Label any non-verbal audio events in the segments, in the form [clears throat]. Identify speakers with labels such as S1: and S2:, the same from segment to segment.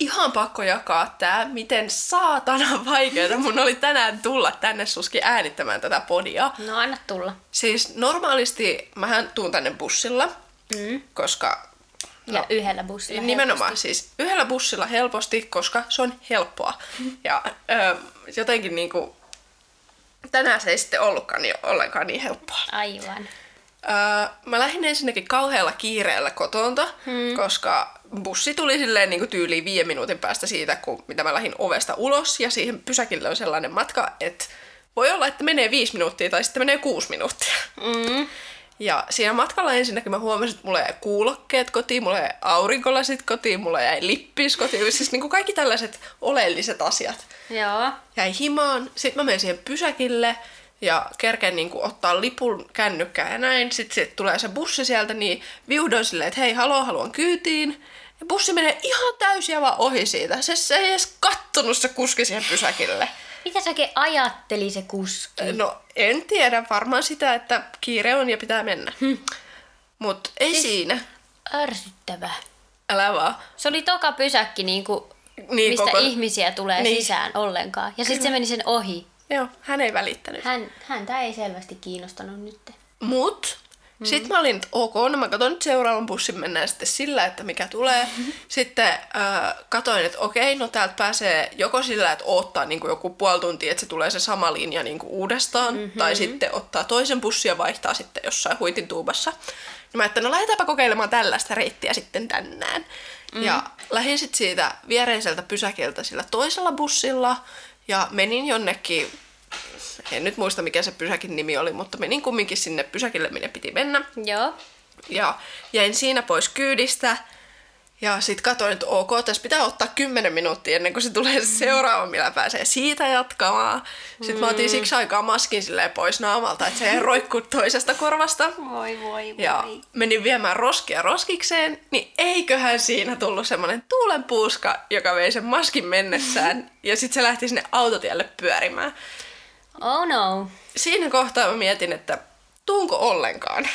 S1: ihan pakko jakaa tää, miten saatana vaikeeta mun oli tänään tulla tänne suski äänittämään tätä podia.
S2: No anna tulla.
S1: Siis normaalisti mähän tuun tänne bussilla, mm. koska
S2: Ja no. yhdellä bussilla.
S1: Nimenomaan siis yhdellä bussilla helposti, koska se on helppoa. Ja ö, jotenkin niinku, tänään se ei sitten ollutkaan niin, ollenkaan niin helppoa.
S2: helposti. Aivan.
S1: Öö, mä lähdin ensinnäkin kauhealla kiireellä kotonta, hmm. koska bussi tuli silleen niin kuin tyyliin viiden minuutin päästä siitä, kun, mitä mä lähdin ovesta ulos, ja siihen pysäkille on sellainen matka, että voi olla, että menee viisi minuuttia tai sitten menee kuusi minuuttia.
S2: Mm.
S1: Ja siinä matkalla ensinnäkin mä huomasin, että mulla jäi kuulokkeet kotiin, mulla jäi aurinkolasit kotiin, mulla jäi lippis kotiin, siis niin kuin kaikki tällaiset oleelliset asiat
S2: Joo.
S1: jäi himaan. Sitten mä menen siihen pysäkille ja kerken niin ottaa lipun kännykkään ja näin. Sitten sit tulee se bussi sieltä, niin viudoin silleen, että hei, haloo, haluan kyytiin. Ja bussi menee ihan täysin ja vaan ohi siitä. Se, se ei edes kattonut se kuski siihen pysäkille.
S2: Mitä se oikein ajatteli se kuski?
S1: No en tiedä, varmaan sitä, että kiire on ja pitää mennä. Mut ei siinä.
S2: Ärsyttävä.
S1: Älä vaan.
S2: Se oli toka pysäkki, niinku,
S1: Niin,
S2: niin mistä
S1: koko-
S2: koko... ihmisiä tulee
S1: Niin.
S2: niin. sisään ollenkaan. Ja sitten se meni sen ohi.
S1: Joo, hän ei välittänyt.
S2: Hän, häntä ei selvästi kiinnostanut nyt.
S1: Mut mm. sit mä olin, että ok, no mä katson nyt seuraavan bussin, mennään sitten sillä, että mikä [laughs] tulee. Sitten äh, katoin, että okei, no täältä pääsee joko sillä, että ottaa niin joku puoli tuntia, että se tulee se sama linja niin uudestaan, mm-hmm. tai sitten ottaa toisen bussin ja vaihtaa sitten jossain huitin tuubassa. No mä ajattelin, no lähdetäänpä kokeilemaan tällaista reittiä sitten tänään. Mm. Ja lähdin sitten siitä viereiseltä pysäkiltä sillä toisella bussilla, ja menin jonnekin en nyt muista mikä se pysäkin nimi oli, mutta menin kumminkin sinne pysäkille, minne piti mennä.
S2: Joo.
S1: Ja jäin siinä pois kyydistä. Ja sit katsoin, että ok, tässä pitää ottaa 10 minuuttia ennen kuin se tulee se seuraava, millä pääsee siitä jatkamaan. Sitten mä otin siksi aikaa maskin silleen pois naamalta, että se ei roikku toisesta korvasta.
S2: Voi voi
S1: Ja menin viemään roskia roskikseen, niin eiköhän siinä tullut semmoinen tuulenpuuska, joka vei sen maskin mennessään. Ja sitten se lähti sinne autotielle pyörimään
S2: Oh no.
S1: siinä kohtaa mä mietin, että tuunko
S2: [laughs]
S1: ollenkaan.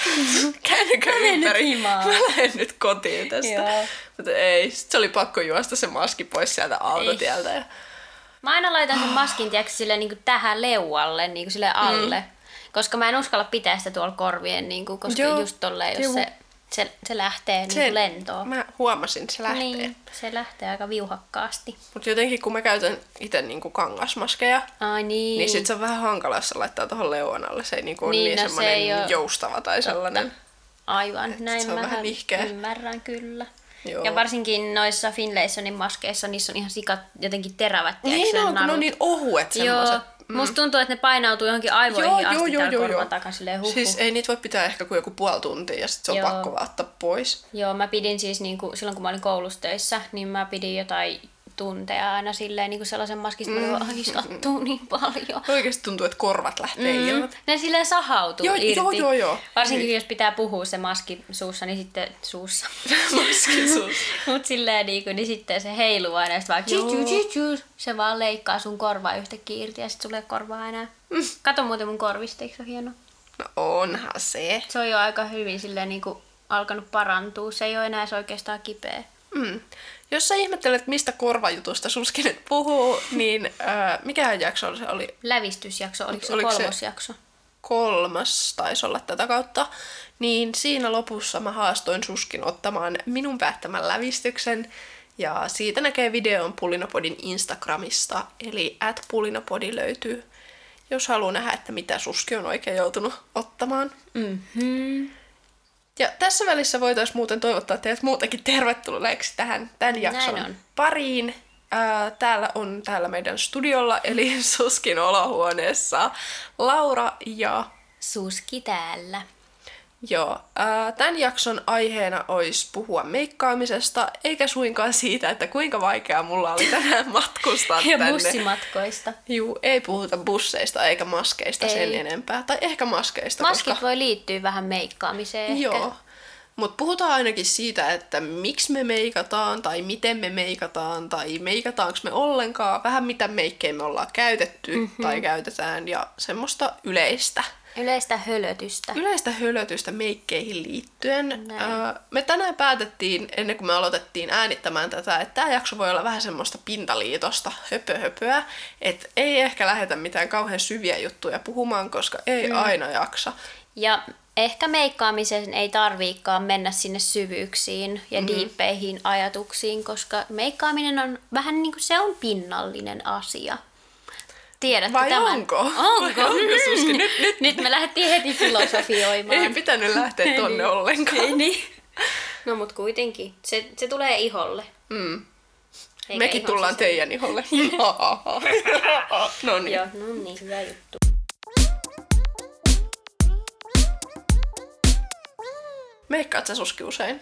S1: Käännykö
S2: nyt
S1: ympäri?
S2: himaan.
S1: Mä lähden nyt kotiin tästä.
S2: Joo.
S1: Mutta ei, sit se oli pakko juosta se maski pois sieltä autotieltä. Ja...
S2: Mä aina laitan sen maskin tiiäks, sille, niin kuin tähän leualle, niin kuin sille alle. Mm. Koska mä en uskalla pitää sitä tuolla korvien, niin kuin, koska
S1: Joo.
S2: Joo. just tolleen, jos
S1: Joo.
S2: se, se, se lähtee niin kuin lentoon.
S1: Mä huomasin, se lähtee. Niin.
S2: Niin, se lähtee aika viuhakkaasti.
S1: Mutta jotenkin kun mä käytän itse niinku kangasmaskeja,
S2: Ai niin.
S1: niin sit se on vähän hankala, jos se laittaa tuohon leuan alle. Se ei niinku ole
S2: Niin,
S1: niin,
S2: no se
S1: semmoinen
S2: ei oo-
S1: joustava tai sellainen.
S2: Aivan, näin
S1: se on
S2: mä
S1: vähän nihkeä.
S2: ymmärrän kyllä.
S1: Joo.
S2: Joo. Ja varsinkin noissa Finlaysonin maskeissa, nissä on ihan sikat jotenkin terävät,
S1: Niin
S2: tiedätkö,
S1: on, kun ne on
S2: narut.
S1: niin ohuet
S2: Joo,
S1: semmoiset.
S2: mm. musta tuntuu, että ne painautuu johonkin aivoihin joo, asti joo, joo, joo,
S1: joo.
S2: korvan takaa silleen huh,
S1: Siis
S2: siis...
S1: ei niitä voi pitää ehkä kuin joku puoli tuntia ja sit se on
S2: Joo.
S1: pakko vaan ottaa pois.
S2: Joo, mä pidin siis niinku, silloin kun mä olin koulussa niin mä pidin jotain tunteja aina silleen niinku sellaisen maskista, mm. mä olin, sattuu niin paljon.
S1: Oikeasti tuntuu, että korvat lähtee mm.
S2: Mm.
S1: ilmat. [laughs]
S2: Ne silleen sahautuu
S1: Joo,
S2: irti.
S1: joo, joo, Niin. joo.
S2: Varsinkin jos pitää puhua se maski suussa, niin sitten suussa. [laughs] Mut silleen niinku, niin sitten se heiluu aina, ja sit vaan tju, tju, tju, tju, se vaan leikkaa sun korvaa yhtäkkiä irti ja sit tulee korvaa enää.
S1: Mm.
S2: Kato muuten mun korvista, eikö se ole hieno?
S1: No onhan se.
S2: Se on jo aika hyvin silleen niinku alkanut parantua, se ei ole enää se oikeastaan kipeä.
S1: Mm. Jos sä ihmettelet, mistä korvajutusta Suski nyt puhuu, niin äh, mikä jakso se oli?
S2: Lävistysjakso, oliko se
S1: Oliko se-
S2: kolmosjakso?
S1: Kolmas taisi olla tätä kautta. Niin siinä lopussa mä haastoin Suskin ottamaan minun päättämän lävistyksen. Ja siitä näkee videon Pulinopodin Instagramista, eli at Pulinopodi löytyy, jos haluaa nähdä, että mitä Suski on oikein joutunut ottamaan.
S2: Mm-hmm.
S1: Ja tässä välissä voitaisiin muuten toivottaa teidät muutenkin tervetulleeksi tähän tämän jakson
S2: Näin on.
S1: pariin. Ää, täällä on täällä meidän studiolla, eli [laughs] Suskin olohuoneessa, Laura ja
S2: Suski täällä.
S1: Joo, ää, tämän jakson aiheena olisi puhua meikkaamisesta, eikä suinkaan siitä, että kuinka vaikeaa mulla oli
S2: [laughs]
S1: tänään matkustaa
S2: Ja
S1: tänne.
S2: bussimatkoista.
S1: Juu, ei puhuta busseista eikä maskeista sen
S2: Ei.
S1: enempää. Tai ehkä maskeista,
S2: Maskit
S1: koska...
S2: voi liittyä vähän meikkaamiseen ehkä.
S1: Joo. Mutta puhutaan ainakin siitä, että miksi me meikataan tai miten me meikataan tai meikataanko me ollenkaan, vähän mitä meikkejä me ollaan käytetty
S2: Mhm.
S1: mm-hmm. tai käytetään ja semmoista yleistä.
S2: Yleistä hölötystä.
S1: Yleistä hölötystä meikkeihin liittyen.
S2: Näin.
S1: Öö, me tänään päätettiin, ennen kuin me aloitettiin äänittämään tätä, että tämä jakso voi olla vähän semmoista pintaliitosta höpöhöpöä. Että ei ehkä lähetä mitään kauhean syviä juttuja puhumaan, koska ei mm. aina jaksa.
S2: Ja ehkä meikkaamisen ei tarviikaan mennä sinne syvyyksiin
S1: Mm.
S2: ja mm-hmm. diippeihin ajatuksiin, koska meikkaaminen on vähän niin kuin se on pinnallinen asia. Tiedätkö
S1: Vai
S2: tämän?
S1: onko?
S2: Onko?
S1: Vai onko,
S2: [laughs]
S1: Suski? Nyt, nyt,
S2: Nyt me lähdettiin heti filosofioimaan.
S1: Ei
S2: [laughs]
S1: pitänyt lähteä tonne
S2: Niin.
S1: ollenkaan.
S2: Ei niin. [laughs] No mut kuitenkin. Se, se tulee iholle.
S1: Mm.
S2: Eikä siis-
S1: Mekin
S2: ihon
S1: tullaan
S2: sisälle.
S1: teidän iholle. no niin.
S2: Joo, no niin, hyvä juttu.
S1: Meikkaat sä suski usein?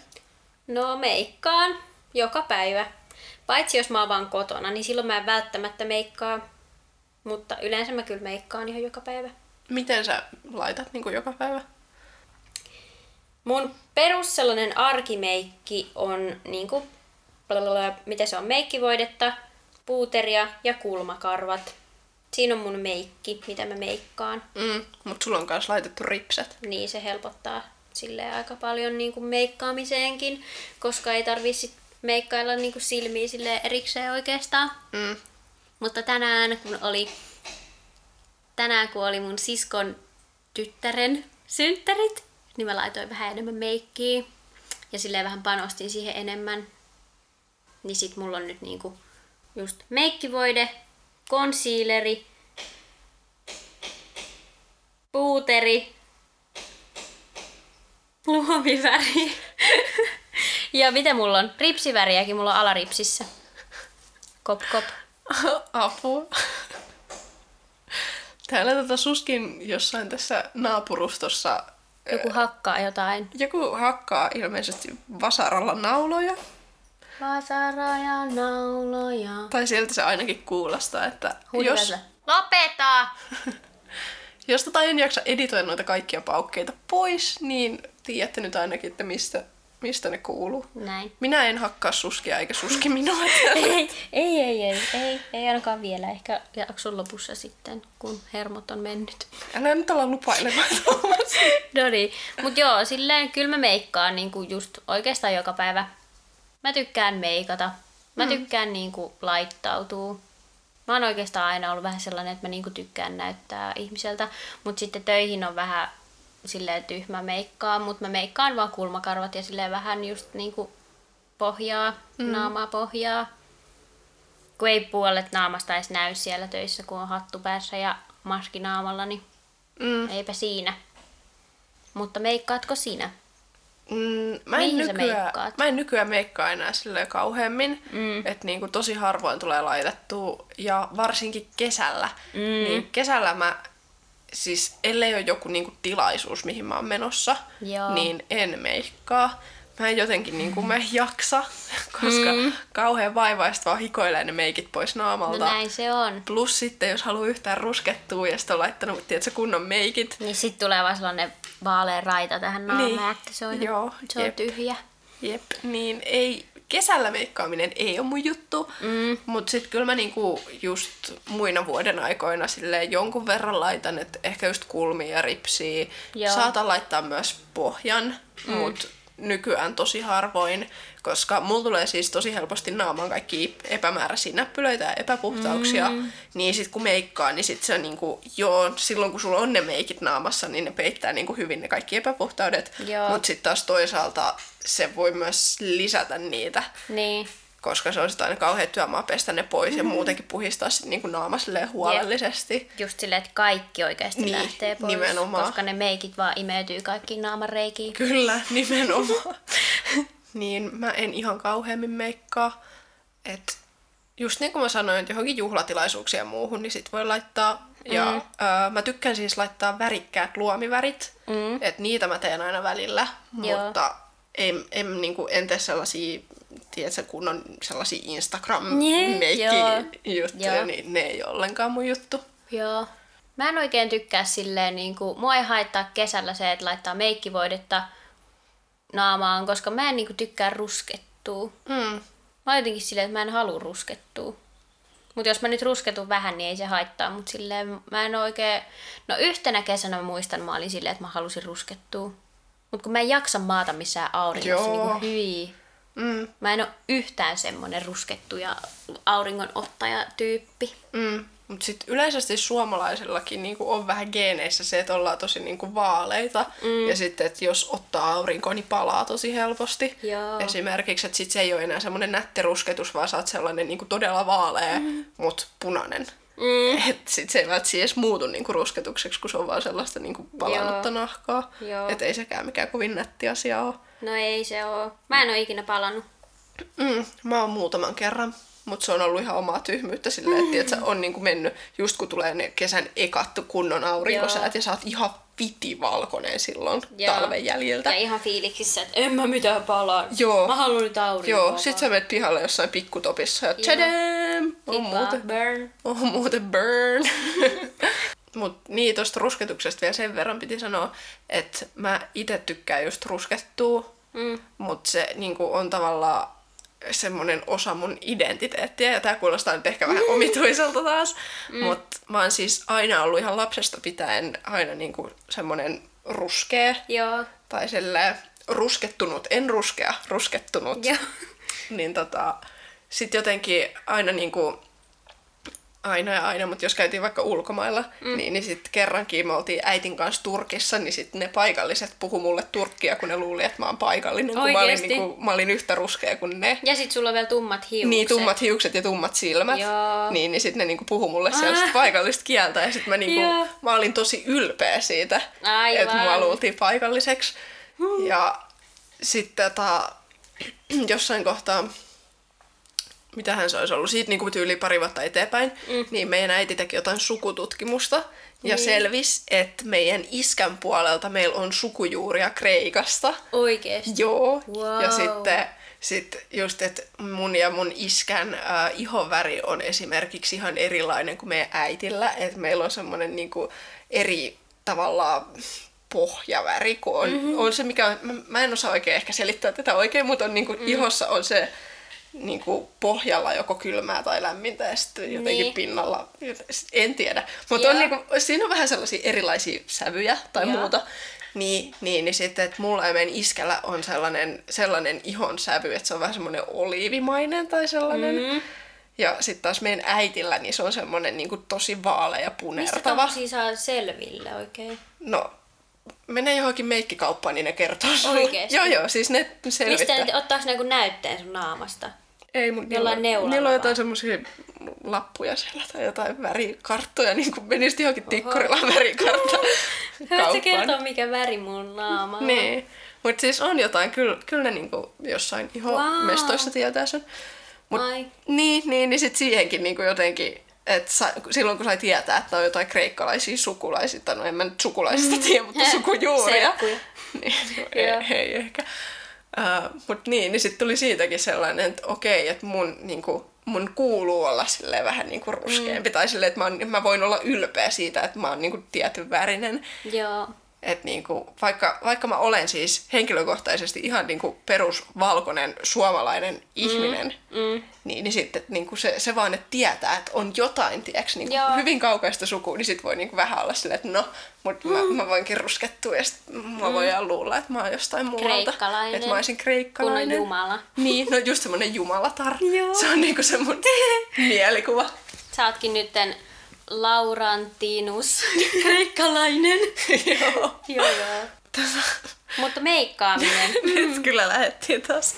S2: No meikkaan joka päivä. Paitsi jos mä oon vaan kotona, niin silloin mä en välttämättä meikkaa. Mutta yleensä mä kyllä meikkaan ihan joka päivä.
S1: Miten sä laitat niin kuin joka päivä?
S2: Mun perus sellainen arkimeikki on niinku, blablabla, mitä se on, meikkivoidetta, puuteria ja kulmakarvat. Siinä on mun meikki, mitä mä meikkaan.
S1: Mm. Mut sulla on myös laitettu ripset.
S2: Niin se helpottaa sille aika paljon niinku meikkaamiseenkin, koska ei tarvi sit meikkailla niinku silmiä sille erikseen oikeastaan.
S1: Mm.
S2: Mutta tänään kun oli, tänään kun oli mun siskon tyttären synttärit, niin mä laitoin vähän enemmän meikkiä ja silleen vähän panostin siihen enemmän. Niin sit mulla on nyt niinku just meikkivoide, concealeri, puuteri, luomiväri. [laughs] ja mitä mulla on? Ripsiväriäkin mulla on alaripsissä. Kop kop.
S1: [laughs] Apua. Täällä tota suskin jossain tässä naapurustossa
S2: Joku hakkaa jotain.
S1: joku hakkaa ilmeisesti vasaralla nauloja.
S2: Vasaroja, nauloja.
S1: Tai sieltä se ainakin kuulostaa, että jos,
S2: Jos... Lopeta!
S1: jos tota en jaksa editoida noita kaikkia paukkeita pois, niin tiedätte nyt ainakin, että mistä, mistä ne kuuluu.
S2: Näin.
S1: Minä en hakkaa suskia eikä
S2: [laughs]
S1: suski minua.
S2: ei, [laughs] ei, ei, ei, ei, ei ainakaan vielä. Ehkä jakson lopussa sitten, kun hermot on mennyt.
S1: Älä nyt olla lupailemaan tuommoista.
S2: no niin. Mut joo, silleen kyllä mä meikkaan niinku just oikeastaan joka päivä. Mä tykkään meikata. Mä mm. tykkään niinku laittautua. Mä oon oikeastaan aina ollut vähän sellainen, että mä niinku tykkään näyttää ihmiseltä, mutta sitten töihin on vähän silleen tyhmä meikkaa, mutta mä meikkaan vaan kulmakarvat ja silleen vähän just niinku pohjaa, mm. naamaa pohjaa. Kun ei puolet naamasta edes näy siellä töissä, kun on hattu päässä ja maski naamalla, niin
S1: Mm.
S2: Eipä siinä. Mutta meikkaatko sinä?
S1: Mm, mä, en
S2: Mihin sä
S1: nykyään,
S2: meikkaat?
S1: mä en nykyään meikkaa enää sille kauheammin, mm. että niinku tosi harvoin tulee laitettua ja varsinkin kesällä. Mm. Niin kesällä mä, siis ellei ole joku niinku tilaisuus, mihin mä oon menossa,
S2: Joo.
S1: niin en meikkaa. Mä en jotenkin niinku, mä en jaksa, [laughs] koska mm. kauhean vaivaista vaan hikoilee ne meikit pois
S2: No
S1: naamalta.
S2: näin se on.
S1: Plus sitten, jos haluaa yhtään ruskettua ja sitten on laittanut, tiedätkö, kunnon meikit.
S2: Niin sit tulee vaan sellainen vaalea raita tähän naamaan,
S1: Niin.
S2: niin. että se on, ihan-
S1: Joo,
S2: se on
S1: jep.
S2: tyhjä.
S1: Jep, niin ei, kesällä meikkaaminen ei ole mun juttu, mm. mutta sitten kyllä mä niinku just muina vuoden aikoina silleen jonkun verran laitan, että ehkä just kulmia ja ripsiä.
S2: Joo.
S1: Saatan laittaa myös pohjan, mm. mutta nykyään tosi harvoin, koska mulla tulee siis tosi helposti naamaan kaikki epämääräisiä näppylöitä ja epäpuhtauksia, mm. niin sit kun meikkaa, niin sit se on niinku, joo, silloin kun sulla on ne meikit naamassa, niin ne peittää niinku hyvin ne kaikki epäpuhtaudet,
S2: Joo.
S1: mutta sitten taas toisaalta se voi myös lisätä niitä,
S2: Niin.
S1: koska se on sitten aina kauhean työmaa pestä ne pois ja muutenkin puhistaa sitten niinku naama silleen huolellisesti.
S2: Just silleen, että kaikki oikeasti
S1: Niin,
S2: lähtee pois.
S1: nimenomaan.
S2: Koska ne meikit vaan imeytyy kaikkiin naaman reikiin.
S1: [laughs] Kyllä, nimenomaan. niin mä en ihan kauheammin meikkaa. Et just niin kuin mä sanoin, että johonkin juhlatilaisuuksiin ja muuhun, niin sit voi laittaa. Ja mm. ö, mä tykkään siis laittaa värikkäät luomivärit, mm. että niitä mä teen aina välillä,
S2: Joo.
S1: mutta en, en, niin kuin, en tee sellaisia, tiedätkö, kun on sellaisia
S2: Niin,
S1: Instagram-meikki-juttuja,
S2: joo.
S1: niin ne ei ole ollenkaan mun juttu.
S2: Joo. Mä en niinku, oikein tykkää silleen, niin kuin, mua ei haittaa kesällä se, että laittaa meikkivoidetta, naamaan, koska mä en niinku tykkää ruskettua.
S1: Mm.
S2: Mä oon jotenkin silleen, että mä en halua ruskettua. Mutta jos mä nyt rusketun vähän, niin ei se haittaa. Mutta silleen mä en oikein... No yhtenä kesänä mä muistan, mä olin silleen, että mä halusin ruskettua. Mutta kun mä en jaksa maata missään auringossa, niin
S1: Joo.
S2: kuin hyi.
S1: Mm.
S2: Mä en ole yhtään semmonen ruskettuja auringon ottaja tyyppi.
S1: Mm. Mutta sitten yleisesti suomalaisillakin niinku on vähän geeneissä se, että ollaan tosi niinku vaaleita. Mm. Ja sitten, että jos ottaa aurinkoa, niin palaa tosi helposti.
S2: Joo.
S1: Esimerkiksi, että sit se ei ole enää semmoinen nätterusketus, vaan sä oot sellainen niinku todella vaalea, mm. mut punainen. Mm. Et sit se ei välttämättä edes muutu niinku rusketukseksi, kun se on vaan sellaista niinku palannutta
S2: Joo.
S1: nahkaa.
S2: Joo.
S1: Et ei sekään mikään kovin nätti asia ole.
S2: No ei se oo. Mä en oo ikinä palannut.
S1: Mm, mä oon muutaman kerran, mutta se on ollut ihan omaa tyhmyyttä silleen, että tiedätkö, on niinku mennyt just kun tulee ne kesän ekat kunnon aurinkosäät ja sä oot ihan vitivalkoinen silloin
S2: Joo.
S1: talven jäljiltä.
S2: Ja ihan fiiliksissä, että en mä mitään palaa.
S1: Joo.
S2: Mä haluan nyt aurinkoa.
S1: Joo, sit sä menet pihalle jossain pikkutopissa ja tchadam! On muuten,
S2: Burn.
S1: on muuten burn. [laughs] Mut niin, tosta rusketuksesta vielä sen verran piti sanoa, että mä itse tykkään just ruskettua,
S2: Mm.
S1: mutta se niinku, on tavallaan semmoinen osa mun identiteettiä, ja tämä kuulostaa nyt
S2: [laughs]
S1: ehkä vähän omituiselta taas, mm. mutta mä oon siis aina ollut ihan lapsesta pitäen aina niinku semmoinen ruskea,
S2: Joo.
S1: tai silleen ruskettunut, en ruskea, ruskettunut.
S2: Joo.
S1: Niin tota, sit jotenkin aina niinku, aina ja aina, mutta jos käytiin vaikka ulkomailla, mm. niin, niin sitten kerrankin me oltiin äitin kanssa Turkissa, niin sitten ne paikalliset puhu mulle turkkia, kun ne luuli, että mä oon paikallinen, kun mä olin,
S2: Oikeesti?
S1: niinku, mä olin yhtä ruskea kuin ne.
S2: Ja sit sulla on vielä tummat hiukset.
S1: Niin, tummat hiukset ja tummat silmät.
S2: Joo.
S1: Niin, niin sitten ne niinku puhu mulle siellä
S2: Ah.
S1: ah. paikallista kieltä ja sitten mä, niinku,
S2: Joo.
S1: mä olin tosi ylpeä siitä,
S2: Aivan. Hmm.
S1: että mua luultiin paikalliseksi. Ja sitten tota, [clears throat] jossain kohtaa, mitähän se olisi ollut, siitä niinku tyyli pari vuotta eteenpäin, mm. niin meidän äiti teki jotain sukututkimusta ja
S2: Niin.
S1: selvisi, että meidän iskän puolelta meillä on sukujuuria Kreikasta.
S2: Oikeesti.
S1: [laughs] Joo.
S2: Wow.
S1: Ja sitten sit just, että mun ja mun iskän äh, ihonväri on esimerkiksi ihan erilainen kuin meidän äitillä. Että meillä on semmoinen niinku eri tavallaan pohjaväri, kun on,
S2: Mhm.
S1: mm-hmm. on se, mikä on, mä, mä en osaa oikein ehkä selittää tätä oikein, mutta on niinku, mm. ihossa on se niinku pohjalla joko kylmää tai lämmintä ja sitten jotenkin
S2: Niin.
S1: niin. pinnalla, en tiedä. Mutta on
S2: Joo.
S1: niinku, siinä on vähän sellaisia erilaisia sävyjä tai
S2: Joo.
S1: muuta. Niin, niin, niin sitten, että mulla ja meidän iskellä on sellainen, sellainen ihon sävy, että se on vähän semmoinen oliivimainen tai sellainen. Mm. Ja sitten taas meidän äitillä, niin se on semmoinen niin kuin tosi vaalea
S2: Mistä
S1: punertava.
S2: tommosia saa selville oikein?
S1: No, mene johonkin meikkikauppaan, niin ne kertoo sulle.
S2: Oikeesti?
S1: Joo, joo, siis ne selvittää.
S2: Mistä ne, ottaako ne joku näytteen sun naamasta? [laughs]
S1: Ei, mutta
S2: Jollain neulalla
S1: niillä on
S2: vaan.
S1: jotain semmoisia lappuja siellä tai jotain värikarttoja, niin kuin menisit johonkin tikkurilla
S2: [laughs]
S1: värikartta
S2: Haluatko kertoa, mikä väri mun naama on?
S1: Niin, mutta siis on jotain, kyllä, kyllä ne niinku jossain ihomestoissa
S2: Wow.
S1: tietää sen. Mut,
S2: Ai.
S1: niin, niin, niin sit siihenkin niinku jotenkin, että silloin kun sai tietää, että on jotain kreikkalaisia sukulaisia, tai no en mä nyt sukulaisista tiedä, mutta sukujuuria.
S2: Serkkuja.
S1: [laughs] niin, no, ei, ei ehkä. Uh, Mutta niin, niin sitten tuli siitäkin sellainen, että okei, että mun, niinku, mun kuuluu olla silleen vähän niinku ruskeampi, mm. tai silleen, että mä, oon- mä voin olla ylpeä siitä, että mä oon niinku tietyn värinen.
S2: Joo.
S1: Et niinku, vaikka, vaikka mä olen siis henkilökohtaisesti ihan niinku perusvalkoinen suomalainen ihminen, mm, mm. niin, niin sitten niinku se, se vaan, että tietää, että on jotain, tiedäks, niinku
S2: Joo.
S1: hyvin kaukaista sukua, niin sit voi niinku vähän olla silleen, että no, mut mä,
S2: Mm.
S1: mä voinkin ruskettua ja sit mä voidaan luulla, että mä oon jostain muualta.
S2: Kreikkalainen.
S1: Että mä olisin
S2: Kun on
S1: kreikkalainen.
S2: jumala.
S1: Niin, no just semmonen jumalatar.
S2: Joo.
S1: Se on niinku
S2: [laughs]
S1: se mun mielikuva.
S2: Sä ootkin nytten Laurantinus. [laughs]
S1: [laughs]
S2: Kreikkalainen.
S1: Joo.
S2: joo, joo. Tota. Mutta meikkaaminen.
S1: [laughs] Nyt kyllä lähettiin taas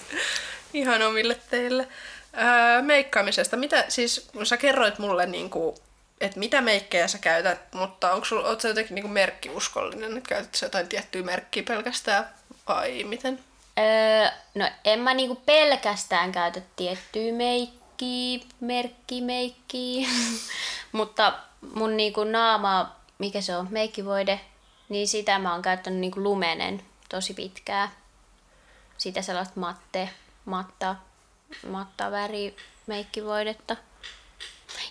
S1: ihan omille teille. Öö, meikkaamisesta, mitä siis, kun sä kerroit mulle, niin kuin, että mitä meikkejä sä käytät, mutta onko sulla, oot sä jotenkin niin kuin merkkiuskollinen, että käytät sä jotain tiettyä merkkiä pelkästään vai miten?
S2: Öö, no en mä niinku pelkästään käytä tiettyä meikkiä, merkki, meikkiä. [laughs] Mutta mun niinku naama, mikä se on, meikkivoide, niin sitä mä oon käyttänyt niinku lumenen tosi pitkään. Sitä sellaista matte, matta, mattaväri meikkivoidetta.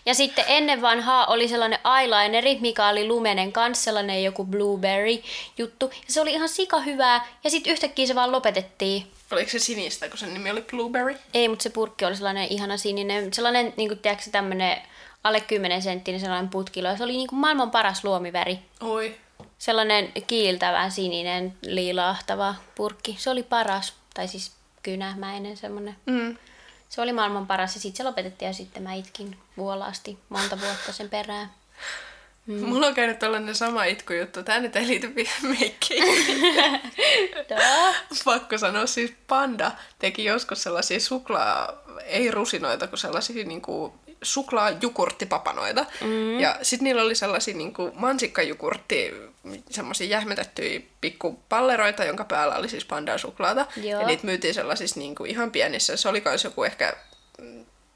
S2: Ja sitten ennen vanhaa oli sellainen eyelineri, mikä oli lumenen kanssa sellainen joku blueberry juttu. Ja se oli ihan sika hyvää ja sitten yhtäkkiä se vaan lopetettiin.
S1: Oliko se sinistä, kun sen nimi oli Blueberry?
S2: Ei, mutta se purkki oli sellainen ihana sininen, sellainen, niin kuin, tiedätkö, tämmöinen alle 10 senttinen sellainen putkilo. Ja se oli niin kuin maailman paras luomiväri.
S1: Oi.
S2: Sellainen kiiltävä, sininen, liilahtava purkki. Se oli paras. Tai siis kynämäinen semmoinen.
S1: Mm.
S2: Se oli maailman paras ja sitten se lopetettiin ja sitten mä itkin vuolaasti monta vuotta sen perään.
S1: Mm. Mulla on käynyt tällainen sama itkujuttu. Tää nyt ei liity vielä meikkiin.
S2: Tää.
S1: [laughs] Pakko sanoa, siis panda teki joskus sellaisia suklaa, ei rusinoita, kun sellaisia niinku suklaa jukurttipapanoita. Mm. Ja sitten niillä oli sellaisia niinku mansikkajukurtti, semmoisia jähmetettyjä pikkupalleroita, jonka päällä oli siis pandaa suklaata.
S2: Joo.
S1: Ja niitä myytiin sellaisissa niinku ihan pienissä. Se oli kans joku ehkä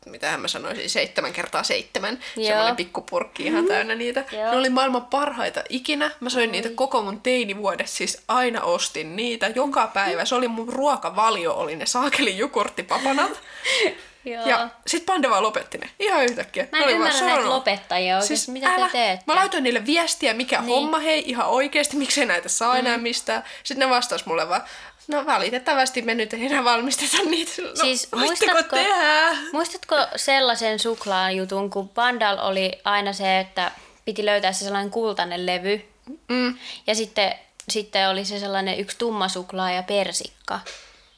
S1: mitä mä sanoisin, seitsemän kertaa seitsemän.
S2: Joo.
S1: Semmoinen pikkupurkki ihan täynnä niitä.
S2: Mm-hmm. Joo.
S1: Ne oli maailman parhaita ikinä. Mä söin niitä koko mun teinivuodet, siis aina ostin niitä joka päivä. Se oli mun ruokavalio, oli ne saakeli jukurttipapanat.
S2: Joo.
S1: ja sit Pande vaan lopetti ne. Ihan yhtäkkiä.
S2: Mä
S1: Ne
S2: en
S1: oli
S2: ymmärrä
S1: vaan
S2: näitä
S1: sorunut.
S2: lopettajia oikeesti. Siis, mitä älä. te teette?
S1: Mä laitoin niille viestiä, mikä niin. homma, hei ihan oikeesti, miksei näitä saa mm.
S2: Mm-hmm.
S1: enää mistään. Sitten ne vastas mulle vaan, no valitettavasti me nyt ei enää valmisteta niitä. No,
S2: Siis
S1: voitteko
S2: muistatko-
S1: tehdä?
S2: Muistatko sellaisen suklaan jutun, kun Pandal oli aina se, että piti löytää se sellainen kultainen levy.
S1: Mm.
S2: Ja sitten, sitten oli se sellainen yksi tumma suklaa ja persikka.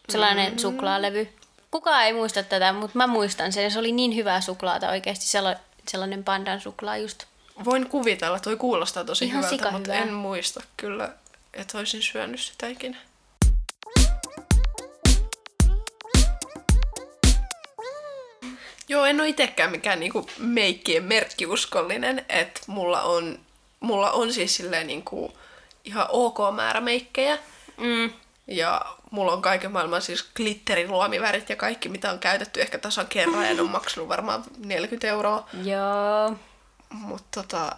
S2: Sellainen mm. suklaalevy. Kukaan ei muista tätä, mutta mä muistan sen. ja Se oli niin hyvää suklaata oikeasti, sella- sellainen pandan suklaa just.
S1: Voin kuvitella, toi kuulostaa tosi
S2: Ihan
S1: hyvältä, mutta
S2: sikahyvää.
S1: en muista kyllä, että olisin syönyt sitä ikinä. Joo, en ole itsekään mikään niinku meikkien merkkiuskollinen, että mulla on, mulla on siis silleen niinku ihan ok määrä meikkejä.
S2: Mm.
S1: Ja mulla on kaiken maailman siis glitterin luomivärit ja kaikki, mitä on käytetty ehkä tasan kerran. En ole maksanut varmaan 40 euroa.
S2: Joo.
S1: Mutta tota,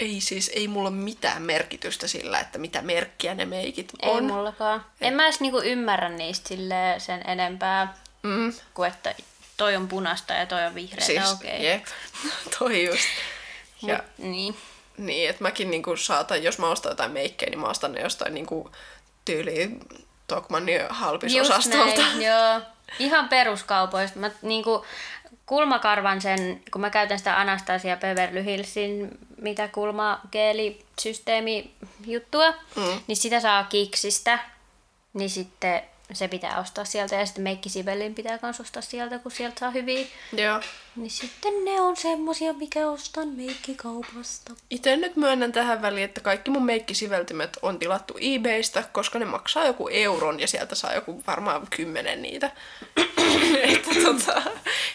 S1: ei siis, ei mulla ole mitään merkitystä sillä, että mitä merkkiä ne meikit
S2: Ei
S1: on.
S2: mullakaan. En mä edes niinku ymmärrä niistä sille sen enempää
S1: Mm,
S2: kuin, että toi on punasta ja toi on vihreää.
S1: siis,
S2: okei.
S1: jep, [laughs] toi just. Ja,
S2: Mut, niin.
S1: niin, että mäkin niinku saatan, jos mä ostan jotain meikkejä, niin mä ostan ne jostain niinku tyyli Tokmannin halpisosastolta.
S2: Just
S1: [laughs]
S2: näin, joo. Ihan peruskaupoista. Mä niinku, kulmakarvan sen, kun mä käytän sitä Anastasia Beverly Hillsin, mitä kulmageelisysteemi juttua, mm. niin sitä saa kiksistä. Niin sitten se pitää ostaa sieltä ja sitten meikkisivellin pitää kans ostaa sieltä, kun sieltä saa hyviä.
S1: Joo.
S2: Niin sitten ne on semmosia, mikä ostan meikkikaupasta.
S1: Itse nyt myönnän tähän väliin, että kaikki mun meikkisiveltimet on tilattu eBaystä, koska ne maksaa joku euron ja sieltä saa joku varmaan kymmenen niitä. [clears throat] että tota,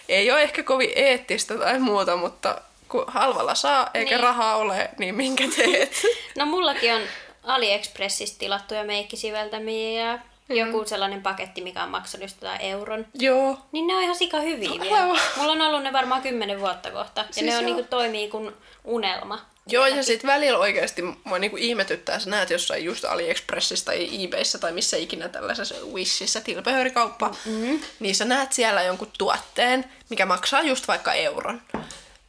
S1: ei ole ehkä kovin eettistä tai muuta, mutta kun halvalla saa eikä
S2: Niin.
S1: niin. rahaa ole, niin minkä teet?
S2: No mullakin on AliExpressistä tilattuja meikkisiveltämiä ja mm. joku sellainen paketti, mikä on maksanut just jotain euron.
S1: Joo.
S2: Niin ne on ihan sika [laughs] hyviä no, vielä.
S1: aivan.
S2: Mulla on ollut ne varmaan kymmenen vuotta kohta. Ja siis
S1: Siis
S2: ne on
S1: joo.
S2: niinku, toimii kuin unelma.
S1: Joo, ja sitten välillä oikeasti mua niinku ihmetyttää, sä näet jossain just AliExpressissa tai eBayssä tai missä ikinä tällaisessa Wishissä, tilpehöörikauppa, mm-hmm. niin sä näet siellä jonkun tuotteen, mikä maksaa just vaikka euron.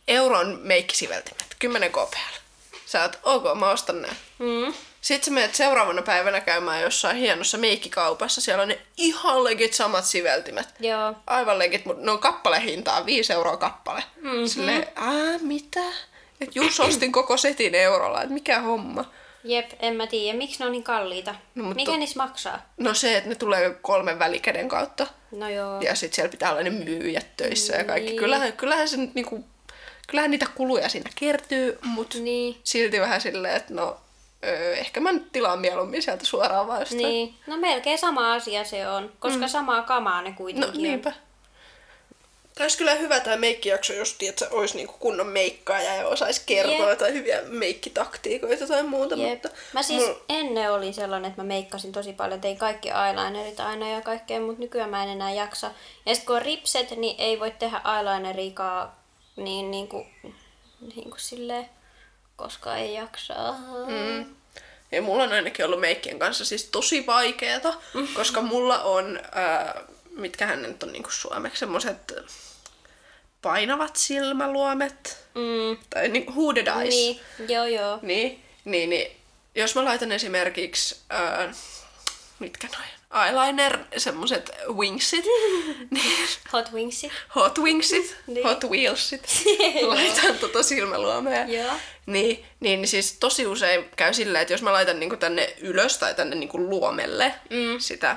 S1: Euron meikkisiveltimet, 10 kpl. Sä oot, ok, mä ostan nää.
S2: Mm.
S1: Sitten sä menet seuraavana päivänä käymään jossain hienossa meikkikaupassa, siellä on ne ihan legit samat siveltimet.
S2: Joo.
S1: Aivan legit, mutta ne on kappalehintaa, 5 euroa kappale.
S2: Mhm.
S1: Mm-hmm. Silleen, ää, mitä? Et just ostin koko setin eurolla, että mikä homma.
S2: Jep, en mä tiedä. Miksi ne on niin kalliita?
S1: No,
S2: No,
S1: mutta-
S2: mikä niissä maksaa?
S1: No se, että ne tulee kolmen välikäden kautta.
S2: No joo.
S1: Ja sitten siellä pitää olla ne myyjät töissä ja kaikki.
S2: Niin.
S1: Kyllähän, kyllähän, se nyt niinku, kyllähän niitä kuluja siinä kertyy, mutta
S2: Niin.
S1: silti vähän silleen, että no öö, ehkä mä nyt tilaan mieluummin sieltä suoraan vaan jostain.
S2: Niin. No melkein sama asia se on, koska mm. niin. samaa kamaa ne kuitenkin
S1: No niinpä. Tämä olisi kyllä hyvä tämä meikkijakso, jos tiedät, että olisi niinku kunnon meikkaaja ja osaisi kertoa
S2: Jep.
S1: yeah. jotain hyviä meikkitaktiikoita tai muuta.
S2: on. Jep.
S1: Mutta
S2: Mä siis
S1: mul-
S2: ennen oli sellainen, että mä meikkasin tosi paljon, tein kaikki eyelinerit aina ja kaikkea, mutta nykyään mä en enää jaksa. Ja sit kun on ripset, niin ei voi tehdä eyelineriikaa niin, niin kuin, niin kuin silleen, koska ei jaksaa. Mm.
S1: Ja mulla on ainakin ollut meikkien kanssa siis tosi vaikeeta,
S2: Mm.
S1: mm-hmm. äh, koska mulla on, ää, mitkähän ne nyt on niinku suomeksi, semmoset painavat silmäluomet,
S2: Mm.
S1: tai niin, hooded eyes.
S2: Niin, joo joo.
S1: Niin, niin, niin. Jos mä laitan esimerkiksi, ää, mitkä noin, eyeliner, semmoset wingsit, [laughs] niin
S2: Hot Wingsit.
S1: hot wingsit,
S2: Niin.
S1: hot wheelsit,
S2: [laughs]
S1: laitan tota silmäluomeen.
S2: Joo.
S1: Niin, niin siis tosi usein käy silleen, että jos mä laitan niinku tänne ylös tai tänne niinku luomelle mm. sitä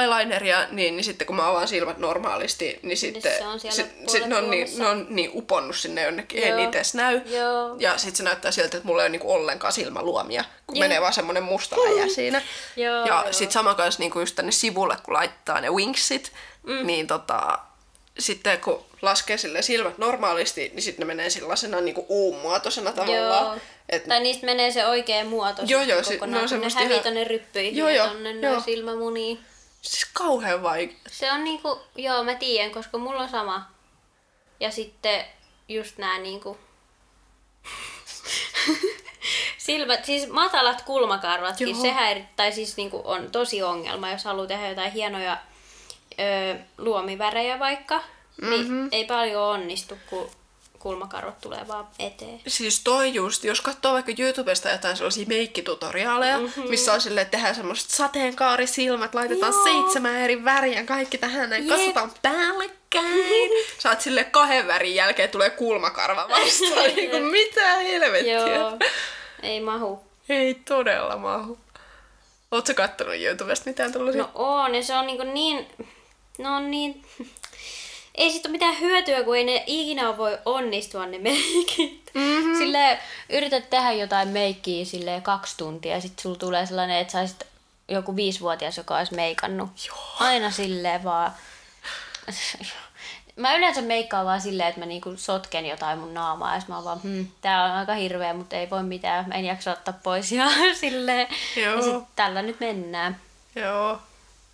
S1: eyelineria, niin, niin sitten kun mä avaan silmät normaalisti, niin sitten
S2: se on siellä
S1: sit, sit
S2: puolet
S1: ne, on niin,
S2: luomessa.
S1: ne on niin uponnut sinne jonnekin, ei
S2: Joo.
S1: niitä edes näy.
S2: Joo.
S1: Ja sitten se näyttää siltä, että mulla ei ole niinku ollenkaan silmäluomia, kun
S2: Joo.
S1: menee vaan semmonen musta läjä siinä.
S2: Joo,
S1: ja
S2: joo.
S1: sitten sama kanssa niinku just tänne sivulle, kun laittaa ne wingsit, mm. niin tota, sitten kun laskee sille silmät normaalisti, niin sitten ne menee sellaisena niinku uumuotoisena
S2: Joo.
S1: tavallaan. Et,
S2: Tai niistä menee se oikea muoto
S1: Joo,
S2: sitten
S1: joo, sit-
S2: kokonaan,
S1: ne on
S2: kun
S1: semmoista
S2: ne hävii
S1: ihan-
S2: tonne ryppyihin
S1: Joo,
S2: joo,
S1: joo,
S2: joo, tonne
S1: joo.
S2: noin silmämuniin.
S1: siis kauhean vaikea.
S2: Se on niinku, joo mä tiedän, koska mulla on sama. Ja sitten just nää niinku... [laughs] Silmät, siis matalat kulmakarvatkin,
S1: Joo.
S2: Joo. se häiri, tai siis niinku on tosi ongelma, jos haluaa tehdä jotain hienoja öö, luomivärejä vaikka, mm-hmm. niin ei paljon onnistu, kun kulmakarvat tulee vaan eteen.
S1: Siis toi just, jos katsoo vaikka YouTubesta jotain sellaisia meikkitutoriaaleja, mm-hmm. missä on silleen, että tehdään semmoiset sateenkaarisilmät, laitetaan Joo.
S2: Mhm. Joo.
S1: seitsemän eri väriä, kaikki tähän näin,
S2: Jep.
S1: kasataan
S2: [laughs]
S1: päällekkäin. Sä oot sille kahden värin jälkeen tulee
S2: [laughs]
S1: kulmakarva vastaan, niin kuin mitä
S2: [laughs]
S1: helvettiä.
S2: Joo, ei mahu.
S1: Ei todella mahu. Oot sä kattonut YouTubesta mitään tällaisia?
S2: No on, ja se on niin, niin no on niin, ei siitä ole mitään hyötyä, kun ei ne ikinä voi onnistua ne meikit. Mm-hmm. Sille yrität tehdä jotain meikkiä sille kaksi tuntia, ja sitten sulla tulee sellainen, että saisit joku viisivuotias, joka olisi meikannut.
S1: Joo.
S2: Aina silleen vaan. Mä yleensä meikkaan vaan silleen, että mä niinku sotken jotain mun naamaa ja sit mä oon vaan, hm, tää on aika hirveä, mutta ei voi mitään, mä en jaksa ottaa pois [laughs] ja silleen.
S1: Joo.
S2: Ja sit tällä nyt mennään.
S1: Joo.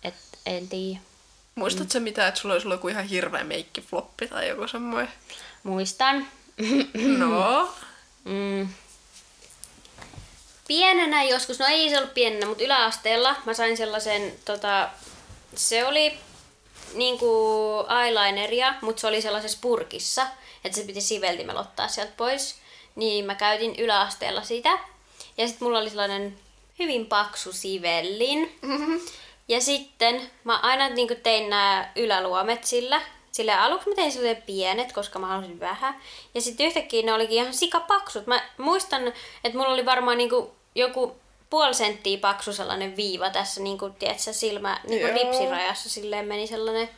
S2: Et en tiedä.
S1: Muistatko sä mitä, että sulla olisi ollut joku ihan hirveä meikkifloppi tai joku semmoinen?
S2: Muistan.
S1: No.
S2: Mm. Pienenä joskus, no ei se ollut pienenä, mutta yläasteella mä sain sellaisen, tota, se oli niinku eyelineria, mutta se oli sellaisessa purkissa, että se piti siveltimellä ottaa sieltä pois. Niin mä käytin yläasteella sitä. Ja sitten mulla oli sellainen hyvin paksu sivellin. Ja sitten mä aina niin tein nämä yläluomet sillä. Sillä aluksi mä tein sille pienet, koska mä halusin vähän. Ja sitten yhtäkkiä ne olikin ihan sikapaksut. Mä muistan, että mulla oli varmaan niin joku puoli senttiä paksu sellainen viiva tässä, niin kuin, tiedätkö, silmä, niin kuin
S1: Joo.
S2: ripsirajassa silleen meni sellainen.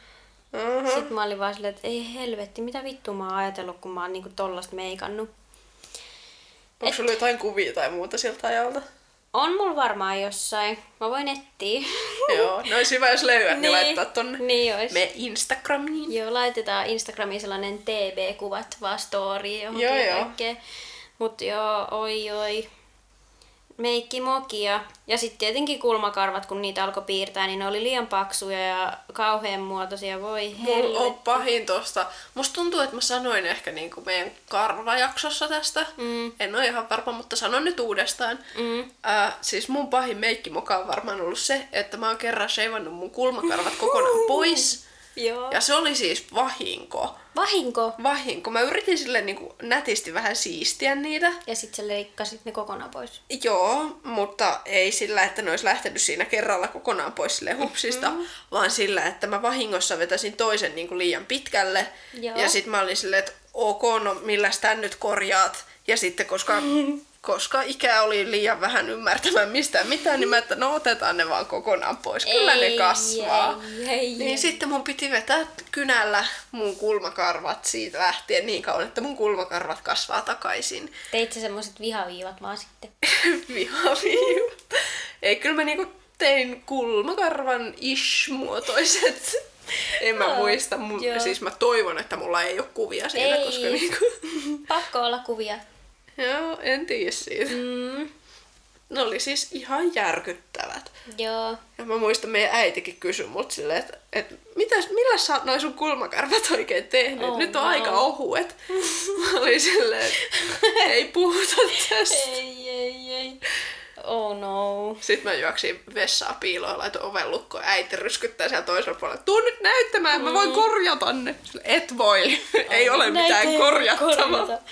S1: Mm.
S2: Sitten mä olin vaan silleen, että ei helvetti, mitä vittu mä oon ajatellut, kun mä oon niinku tollasta meikannut.
S1: Onko sulla jotain kuvia tai muuta siltä ajalta?
S2: On mulla varmaan jossain. Mä voin etsiä. [laughs]
S1: Joo, no olisi hyvä, jos löydät, niin, niin laittaa tonne niin.
S2: Niin ois.
S1: me Instagramiin.
S2: Joo, laitetaan Instagramiin sellainen TB-kuvat vaan story johonkin
S1: Joo,
S2: joo,
S1: joo.
S2: joo. kaikkeen. Mut joo, oi oi. Meikki mokia. Ja sitten tietenkin kulmakarvat, kun niitä alkoi piirtää, niin ne oli liian paksuja ja kauhean muotoisia. Voi
S1: Mulla
S2: helvetti.
S1: on pahin tosta. Musta tuntuu, että mä sanoin ehkä niin kuin meidän karvajaksossa tästä. Mm. En ole ihan varma, mutta sanon nyt uudestaan. Mm. Äh, siis mun pahin meikkimoka on varmaan ollut se, että mä oon kerran seivannut mun kulmakarvat kokonaan pois.
S2: Joo.
S1: Ja se oli siis vahinko.
S2: Vahinko.
S1: Vahinko. Mä yritin sille niin kuin nätisti vähän siistiä niitä.
S2: Ja sitten sä leikkasit ne kokonaan pois.
S1: Joo, mutta ei sillä, että ne olisi lähtenyt siinä kerralla kokonaan pois sille hupsista, mm-hmm. vaan sillä, että mä vahingossa vetäisin toisen niin kuin liian pitkälle.
S2: Joo.
S1: Ja sitten mä olin silleen, että ok, no milläs tän nyt korjaat. Ja sitten koska,
S2: [laughs]
S1: koska ikä oli liian vähän ymmärtämään mistään mitään, niin mä että no otetaan ne vaan kokonaan pois. Kyllä ne
S2: Ei,
S1: kasvaa.
S2: ei, ei,
S1: niin
S2: ei.
S1: sitten mun piti vetää kynällä mun kulmakarvat siitä lähtien niin kauan, että mun kulmakarvat kasvaa takaisin.
S2: Teit sä semmoset vihaviivat vaan
S1: [laughs]
S2: sitten.
S1: vihaviivat. Ei, kyllä mä niinku tein kulmakarvan ish-muotoiset. En mä
S2: Joo,
S1: muista. Mun,
S2: Ah, joo.
S1: siis mä toivon, että mulla ei ole kuvia siitä,
S2: Ei.
S1: koska niinku...
S2: Pakko olla kuvia.
S1: Joo, en tiedä siitä.
S2: Mm,
S1: Ne oli siis ihan järkyttävät.
S2: joo.
S1: Ja mä muistan, meidän äitikin kysyi mut silleen, että et, mitäs, millä sä oot noi sun kulmakarvat oikein tehnyt?
S2: Oh
S1: Nyt on
S2: no.
S1: aika
S2: [laughs]
S1: ohuet. Mä olin silleen, että ei puhuta tästä.
S2: Ei, ei, ei. Oh no.
S1: Sitten mä juoksin vessaa piiloon, laitoin oven lukkoon, äiti ryskyttää siellä toisella puolella. Tuu nyt näyttämään, mä voin korjata ne. Sille, Et voi, ei ole
S2: Näitä
S1: mitään
S2: ei voi
S1: korjattavaa.
S2: korjata.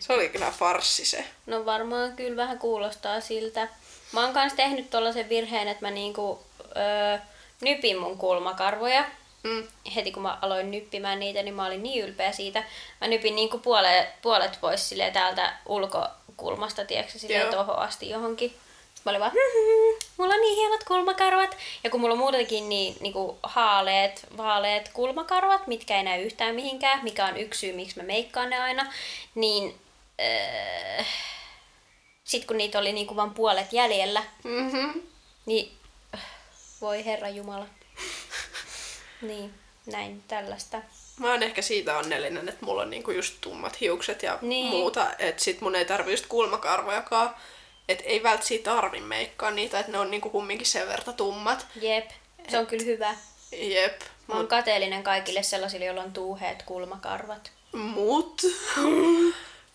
S1: Se oli kyllä farssi se.
S2: No varmaan kyllä vähän kuulostaa siltä. Mä oon kans tehnyt tollasen virheen, että mä niinku, öö, nypin mun kulmakarvoja.
S1: Mm.
S2: Heti kun mä aloin nyppimään niitä, niin mä olin niin ylpeä siitä. Mä nypin niinku puole, puolet pois sille täältä ulkokulmasta, tiedätkö, sille
S1: Joo.
S2: tohon asti johonkin. Sitten mä olin vaan, "Mhm, mulla on niin hienot kulmakarvat. Ja kun mulla on muutenkin niin, niinku haaleet, vaaleet kulmakarvat, mitkä ei näy yhtään mihinkään, mikä on yksi syy, miksi mä meikkaan ne aina, niin öö, sitten kun niitä oli niinku vaan puolet jäljellä,
S1: Mm-hmm.
S2: niin voi herra Jumala. niin, näin tällaista.
S1: Mä oon ehkä siitä onnellinen, että mulla on niinku just tummat hiukset ja
S2: Niin.
S1: niin. muuta, että sit mun ei tarvi just kulmakarvojakaan. Et ei välttämättä siitä tarvi meikkaa niitä, että ne on niinku kumminkin sen verta tummat.
S2: Jep, se on kyllä hyvä.
S1: Jep.
S2: Mä oon kateellinen kaikille sellaisille, joilla on tuuheet kulmakarvat. [laughs]
S1: Mut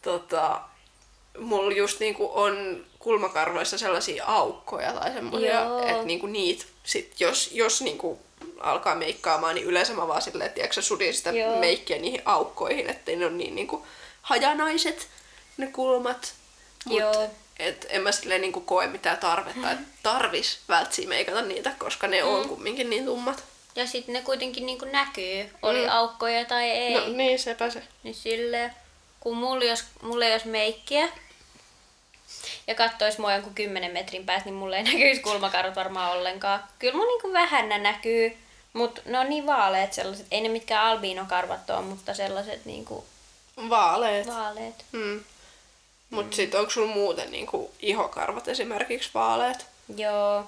S1: tota, mulla just niinku on kulmakarvoissa sellaisia aukkoja tai semmoisia,
S2: Joo.
S1: että niinku niit sit jos, jos niinku alkaa meikkaamaan, niin yleensä mä vaan silleen, että tiedätkö, sudin sitä
S2: Joo.
S1: Joo. meikkiä niihin aukkoihin, ettei ne on niin niinku hajanaiset ne kulmat. Mut
S2: Joo.
S1: Et en mä silleen niinku koe mitään tarvetta, että tarvis välttämättä meikata niitä, koska ne on
S2: Mm.
S1: kumminkin niin tummat.
S2: Ja sitten ne kuitenkin niinku näkyy, oli aukkoja tai ei.
S1: No niin, sepä se.
S2: Niin silleen, kun mulla, jos, mulla ei olisi meikkiä ja kattois mua jonkun 10 metrin päästä, niin mulla ei [laughs] näkyisi kulmakarvat varmaan ollenkaan. Kyllä mun niinku vähän ne näkyy, mutta ne on niin vaaleet sellaiset. Ei ne mitkään albiinokarvat ole, mutta sellaiset niinku
S1: Vaaleet.
S2: vaaleet.
S1: Mm.
S2: Hmm.
S1: Mutta mm. sitten onko sulla muuten niinku ihokarvat esimerkiksi vaaleet?
S2: Joo,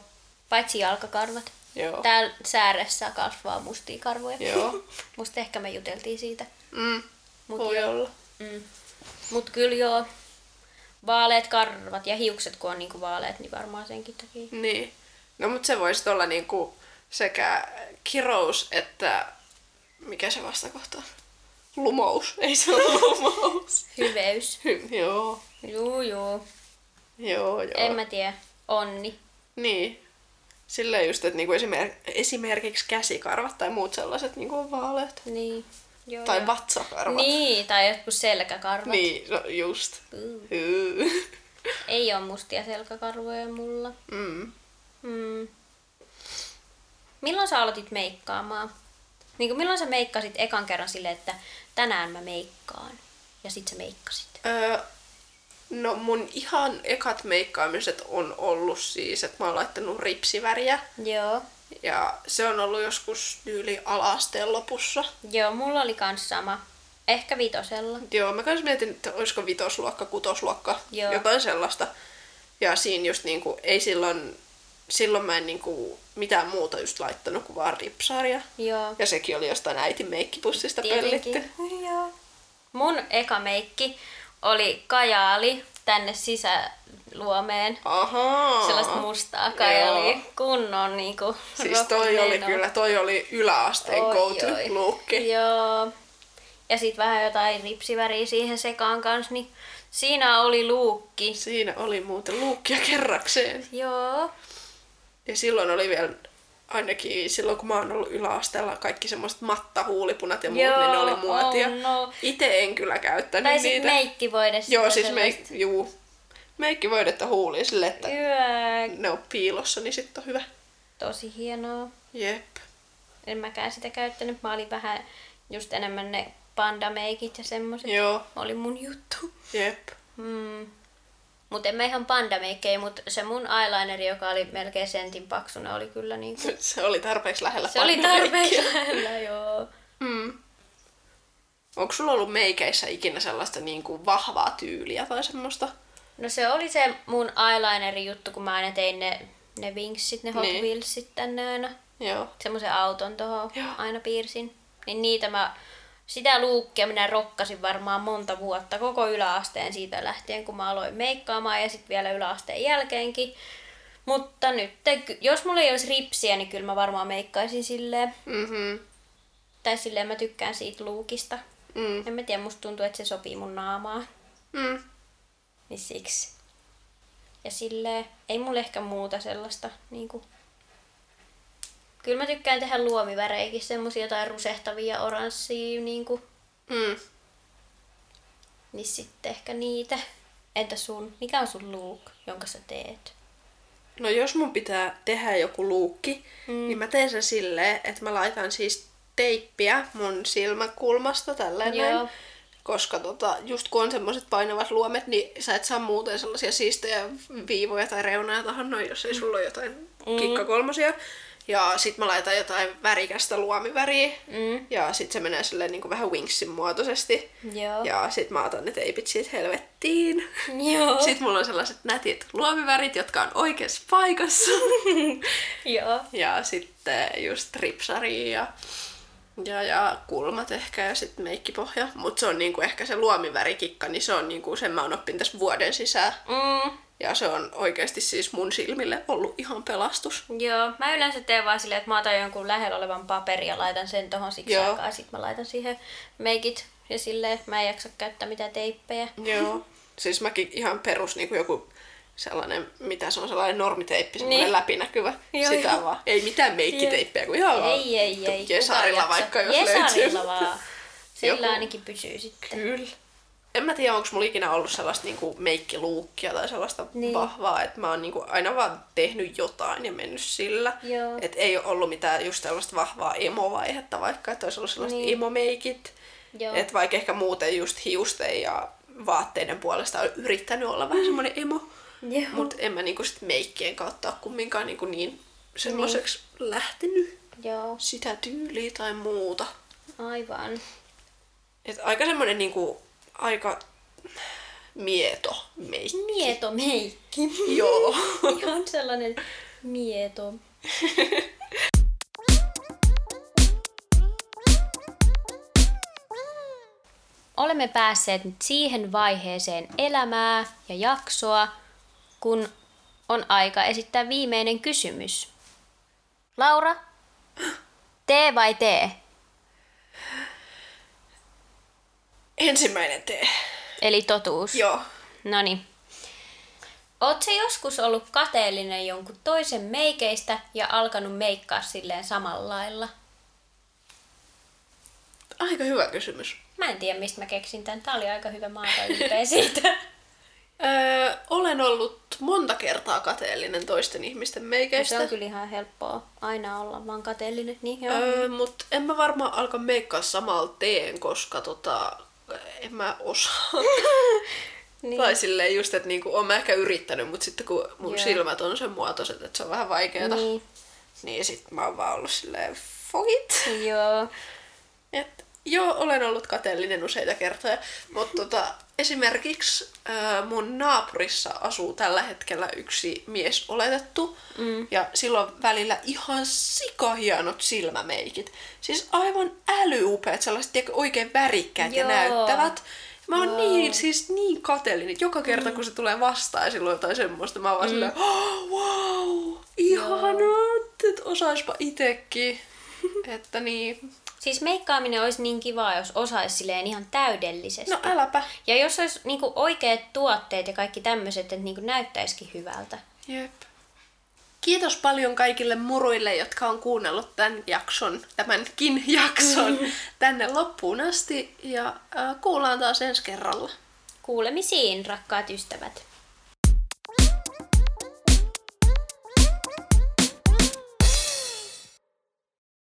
S2: paitsi jalkakarvat.
S1: Joo.
S2: Täällä sääressä kasvaa mustia karvoja.
S1: Joo.
S2: [laughs] Musta ehkä me juteltiin siitä.
S1: Mm.
S2: Mut
S1: Voi
S2: joo.
S1: olla.
S2: Mm. Mut kyllä joo, vaaleet karvat ja hiukset kun on niinku vaaleet, niin varmaan senkin takia.
S1: Niin. No mut se voisi olla niinku sekä kirous että... Mikä se vastakohta on? Lumous. [laughs] Ei se ole
S2: [laughs]
S1: lumous.
S2: Hyveys.
S1: joo.
S2: Juu, juu.
S1: Joo, joo.
S2: En mä tiedä. Onni.
S1: Niin. Silleen just, että niinku esimer- esimerkiksi käsikarvat tai muut sellaiset niinku on vaaleet.
S2: Niin. Joo,
S1: Tai
S2: joo.
S1: vatsakarvat.
S2: Niin, tai jotkut selkäkarvat.
S1: Niin, no just.
S2: Mm.
S1: Mm. [laughs]
S2: Ei ole mustia selkäkarvoja mulla.
S1: Mm.
S2: Mm. Milloin sä aloitit meikkaamaan? Niin kuin milloin sä meikkasit ekan kerran silleen, että tänään mä meikkaan? Ja sit sä meikkasit.
S1: Öö, no mun ihan ekat meikkaamiset on ollut siis, että mä oon laittanut ripsiväriä.
S2: Joo.
S1: Ja se on ollut joskus yli alasteen lopussa.
S2: Joo, mulla oli kans sama. Ehkä vitosella.
S1: Joo, mä kans mietin, että olisiko vitosluokka, kutosluokka,
S2: Joo.
S1: Joo. jotain sellaista. Ja siinä just niinku, ei silloin, silloin mä en niinku mitään muuta just laittanut kuin vaan ripsaria.
S2: Joo.
S1: Ja sekin oli jostain äitin meikkipussista pöllitty.
S2: [laughs] Joo. Mun eka meikki oli kajaali tänne sisäluomeen.
S1: Ahaa.
S2: Sellaista mustaa
S1: Joo.
S2: kajaali. Kunnon niinku
S1: Siis toi oli
S2: rockmeno.
S1: kyllä, toi oli yläasteen
S2: Oi,
S1: go to
S2: oi.
S1: lookki.
S2: Joo. Ja sit vähän jotain ripsiväriä siihen sekaan kans, niin siinä oli luukki.
S1: Siinä oli muuten luukkia kerrakseen.
S2: Joo.
S1: Ja silloin oli vielä, ainakin silloin kun mä oon ollut yläasteella, kaikki semmoiset mattahuulipunat ja muut,
S2: Joo,
S1: niin ne oli muotia.
S2: oh no.
S1: Itse en kyllä käyttänyt
S2: Tai sit
S1: Niin niitä.
S2: meikkivoides.
S1: Joo, siis meik, juu. meikkivoidetta huuliin silleen, että
S2: Yö.
S1: ne on piilossa, niin sitten on hyvä.
S2: Tosi hienoa.
S1: Jep.
S2: En mäkään sitä käyttänyt. Mä olin vähän just enemmän ne pandameikit ja semmoset.
S1: Joo,
S2: Oli mun juttu.
S1: jep. [laughs]
S2: Mm. Mut en mä ihan pandameikkejä, mut se mun eyelineri, joka oli melkein sentin paksuna, oli kyllä niinku...
S1: Se oli tarpeeksi lähellä
S2: Se oli
S1: pannumeikkiä.
S2: tarpeeksi lähellä, joo.
S1: Mm. Onko sulla ollut meikeissä ikinä sellaista niin kuin vahvaa tyyliä tai semmoista?
S2: No se oli se mun eyelineri juttu, kun mä aina tein ne, ne vinksit, ne Hot
S1: Niin.
S2: Wheelsit tänne aina.
S1: Joo.
S2: Semmoisen auton tohon
S1: Joo.
S2: aina piirsin. Niin niitä mä, sitä luukkia minä rokkasin varmaan monta vuotta, koko yläasteen siitä lähtien, kun mä aloin meikkaamaan ja sitten vielä yläasteen jälkeenkin. Mutta nyt, ky- jos mulla ei olisi ripsiä, niin kyllä mä varmaan meikkaisin silleen.
S1: Mm-hmm.
S2: Tai silleen mä tykkään siitä luukista.
S1: Mm.
S2: En mä tiedä, musta tuntuu, että se sopii mun naamaan.
S1: Mm.
S2: Niin siksi. Ja silleen, ei mulla ehkä muuta sellaista. Niinku. Kyllä mä tykkään tehdä luomiväreikin, semmosia jotain rusehtavia oranssia. Niinku.
S1: Mm.
S2: Niin sitten ehkä niitä. Entä sun, mikä on sun look, jonka sä teet?
S1: No jos mun pitää tehdä joku luukki, mm. niin mä teen sen silleen, että mä laitan siis teippiä mun silmäkulmasta tälleen
S2: Joo.
S1: näin. Koska tota, just kun on semmoiset painavat luomet, niin sä et saa muuten sellaisia siistejä viivoja tai reunoja tähän noin, jos ei sulla ole jotain mm. kikkakolmosia. Ja sit mä laitan jotain värikästä luomiväriä.
S2: Mm.
S1: Ja sit se menee silleen niin kuin vähän wingsin muotoisesti.
S2: Joo.
S1: Ja sit mä otan ne teipit siitä helvettiin.
S2: [laughs]
S1: [laughs]
S2: Joo.
S1: Sitten mulla on sellaiset nätit luomivärit, jotka on oikeassa
S2: [laughs]
S1: paikassa.
S2: Joo.
S1: Ja sitten just ripsari ja, ja, ja kulmat ehkä ja sitten meikkipohja. Mutta se on niinku ehkä se luomivärikikka, niin se on niinku, sen mä oon oppinut tässä vuoden sisään.
S2: Mm.
S1: Ja se on oikeasti siis mun silmille ollut ihan pelastus.
S2: Joo, mä yleensä teen vaan silleen, että mä otan jonkun lähellä olevan paperin ja laitan sen tohon siksi
S1: Joo.
S2: aikaa. Sitten mä laitan siihen meikit ja silleen, että mä en jaksa käyttää mitään teippejä.
S1: Joo. [laughs] Siis mäkin ihan perus niinku joku sellainen, mitä se on sellainen normiteippi, semmoinen
S2: Niin.
S1: läpinäkyvä.
S2: Joo,
S1: Sitä
S2: joo.
S1: vaan. Ei mitään meikkiteippejä, kun ihan vaan
S2: ei, ei, ei.
S1: Jesarilla
S2: kukaan jaksa.
S1: vaikka, jos
S2: Jesarilla
S1: löytyy.
S2: vaan. Sillä
S1: Joku-
S2: ainakin pysyy sitten.
S1: Kyllä. En mä tiedä, onko mulla ikinä ollut sellaista niinku meikkiluukkia tai sellaista
S2: Niin.
S1: niin. vahvaa, että mä oon niinku aina vaan tehnyt jotain ja mennyt sillä.
S2: Joo.
S1: Et ei ole ollut mitään just sellaista vahvaa emovaihetta vaikka, että olisi ollut sellaiset
S2: Niin.
S1: niin. emomeikit.
S2: Joo.
S1: Et vaikka ehkä muuten just hiusten ja vaatteiden puolesta on yrittänyt olla vähän semmoinen emo,
S2: Mm. Joo.
S1: mutta en mä niinku sit meikkien kautta ole kumminkaan niinku niin semmoiseksi niin. lähtenyt
S2: Joo,
S1: sitä tyyliä tai muuta.
S2: aivan.
S1: Et aika semmoinen niinku, aika mieto meikki.
S2: Mieto meikki.
S1: [laughs] Joo.
S2: Ihan sellainen mieto. Olemme päässeet nyt siihen vaiheeseen elämää ja jaksoa, kun on aika esittää viimeinen kysymys. Laura, tee vai tee?
S1: [laughs] Ensimmäinen tee.
S2: Eli totuus.
S1: Joo.
S2: Noniin. Oot se joskus ollut kateellinen jonkun toisen meikeistä ja alkanut meikkaa silleen samalla lailla?
S1: Aika hyvä kysymys.
S2: Mä en tiedä, mistä mä keksin tän. Tää oli aika hyvä. Mä oon aika
S1: [laughs]
S2: ylpeä siitä.
S1: Öö, olen ollut monta kertaa kateellinen toisten ihmisten meikeistä.
S2: Se on kyllä ihan helppoa aina olla vaan kateellinen. Niin joo.
S1: Öö, Mutta en mä varmaan alka meikkaa samalla teen, koska tota, en mä osaa.
S2: Niin.
S1: [laughs] niin. Tai silleen just, että niinku, oon mä ehkä yrittänyt, mutta sitten kun mun
S2: Joo.
S1: silmät on sen muotoiset, että se on vähän vaikeeta, niin,
S2: Niin.
S1: niin sit mä oon vaan ollut silleen, fuck it.
S2: Joo.
S1: Et, joo, olen ollut kateellinen useita kertoja, mutta tota, esimerkiksi ää, mun naapurissa asuu tällä hetkellä yksi mies oletettu, mm. ja sillä on välillä ihan sikahienot silmämeikit. Siis aivan älyupeat, sellaiset tiedätkö, oikein värikkäät
S2: Joo.
S1: ja näyttävät. Mä oon
S2: Joo. Mm.
S1: niin, siis niin kateellinen, että joka kerta kun se tulee vastaan ja silloin jotain semmoista, mä oon vaan silleen, oh, wow, ihanat, että osaispa itekin. [laughs] että niin,
S2: Siis meikkaaminen olisi niin kivaa, jos osaisi silleen ihan täydellisesti.
S1: no äläpä.
S2: Ja jos olisi niinku oikeat tuotteet ja kaikki tämmöiset, että niinku näyttäisikin hyvältä.
S1: Jep. Kiitos paljon kaikille muruille, jotka on kuunnellut tämän jakson, tämänkin jakson tänne loppuun asti. Ja äh, kuullaan taas ensi kerralla.
S2: Kuulemisiin, rakkaat ystävät.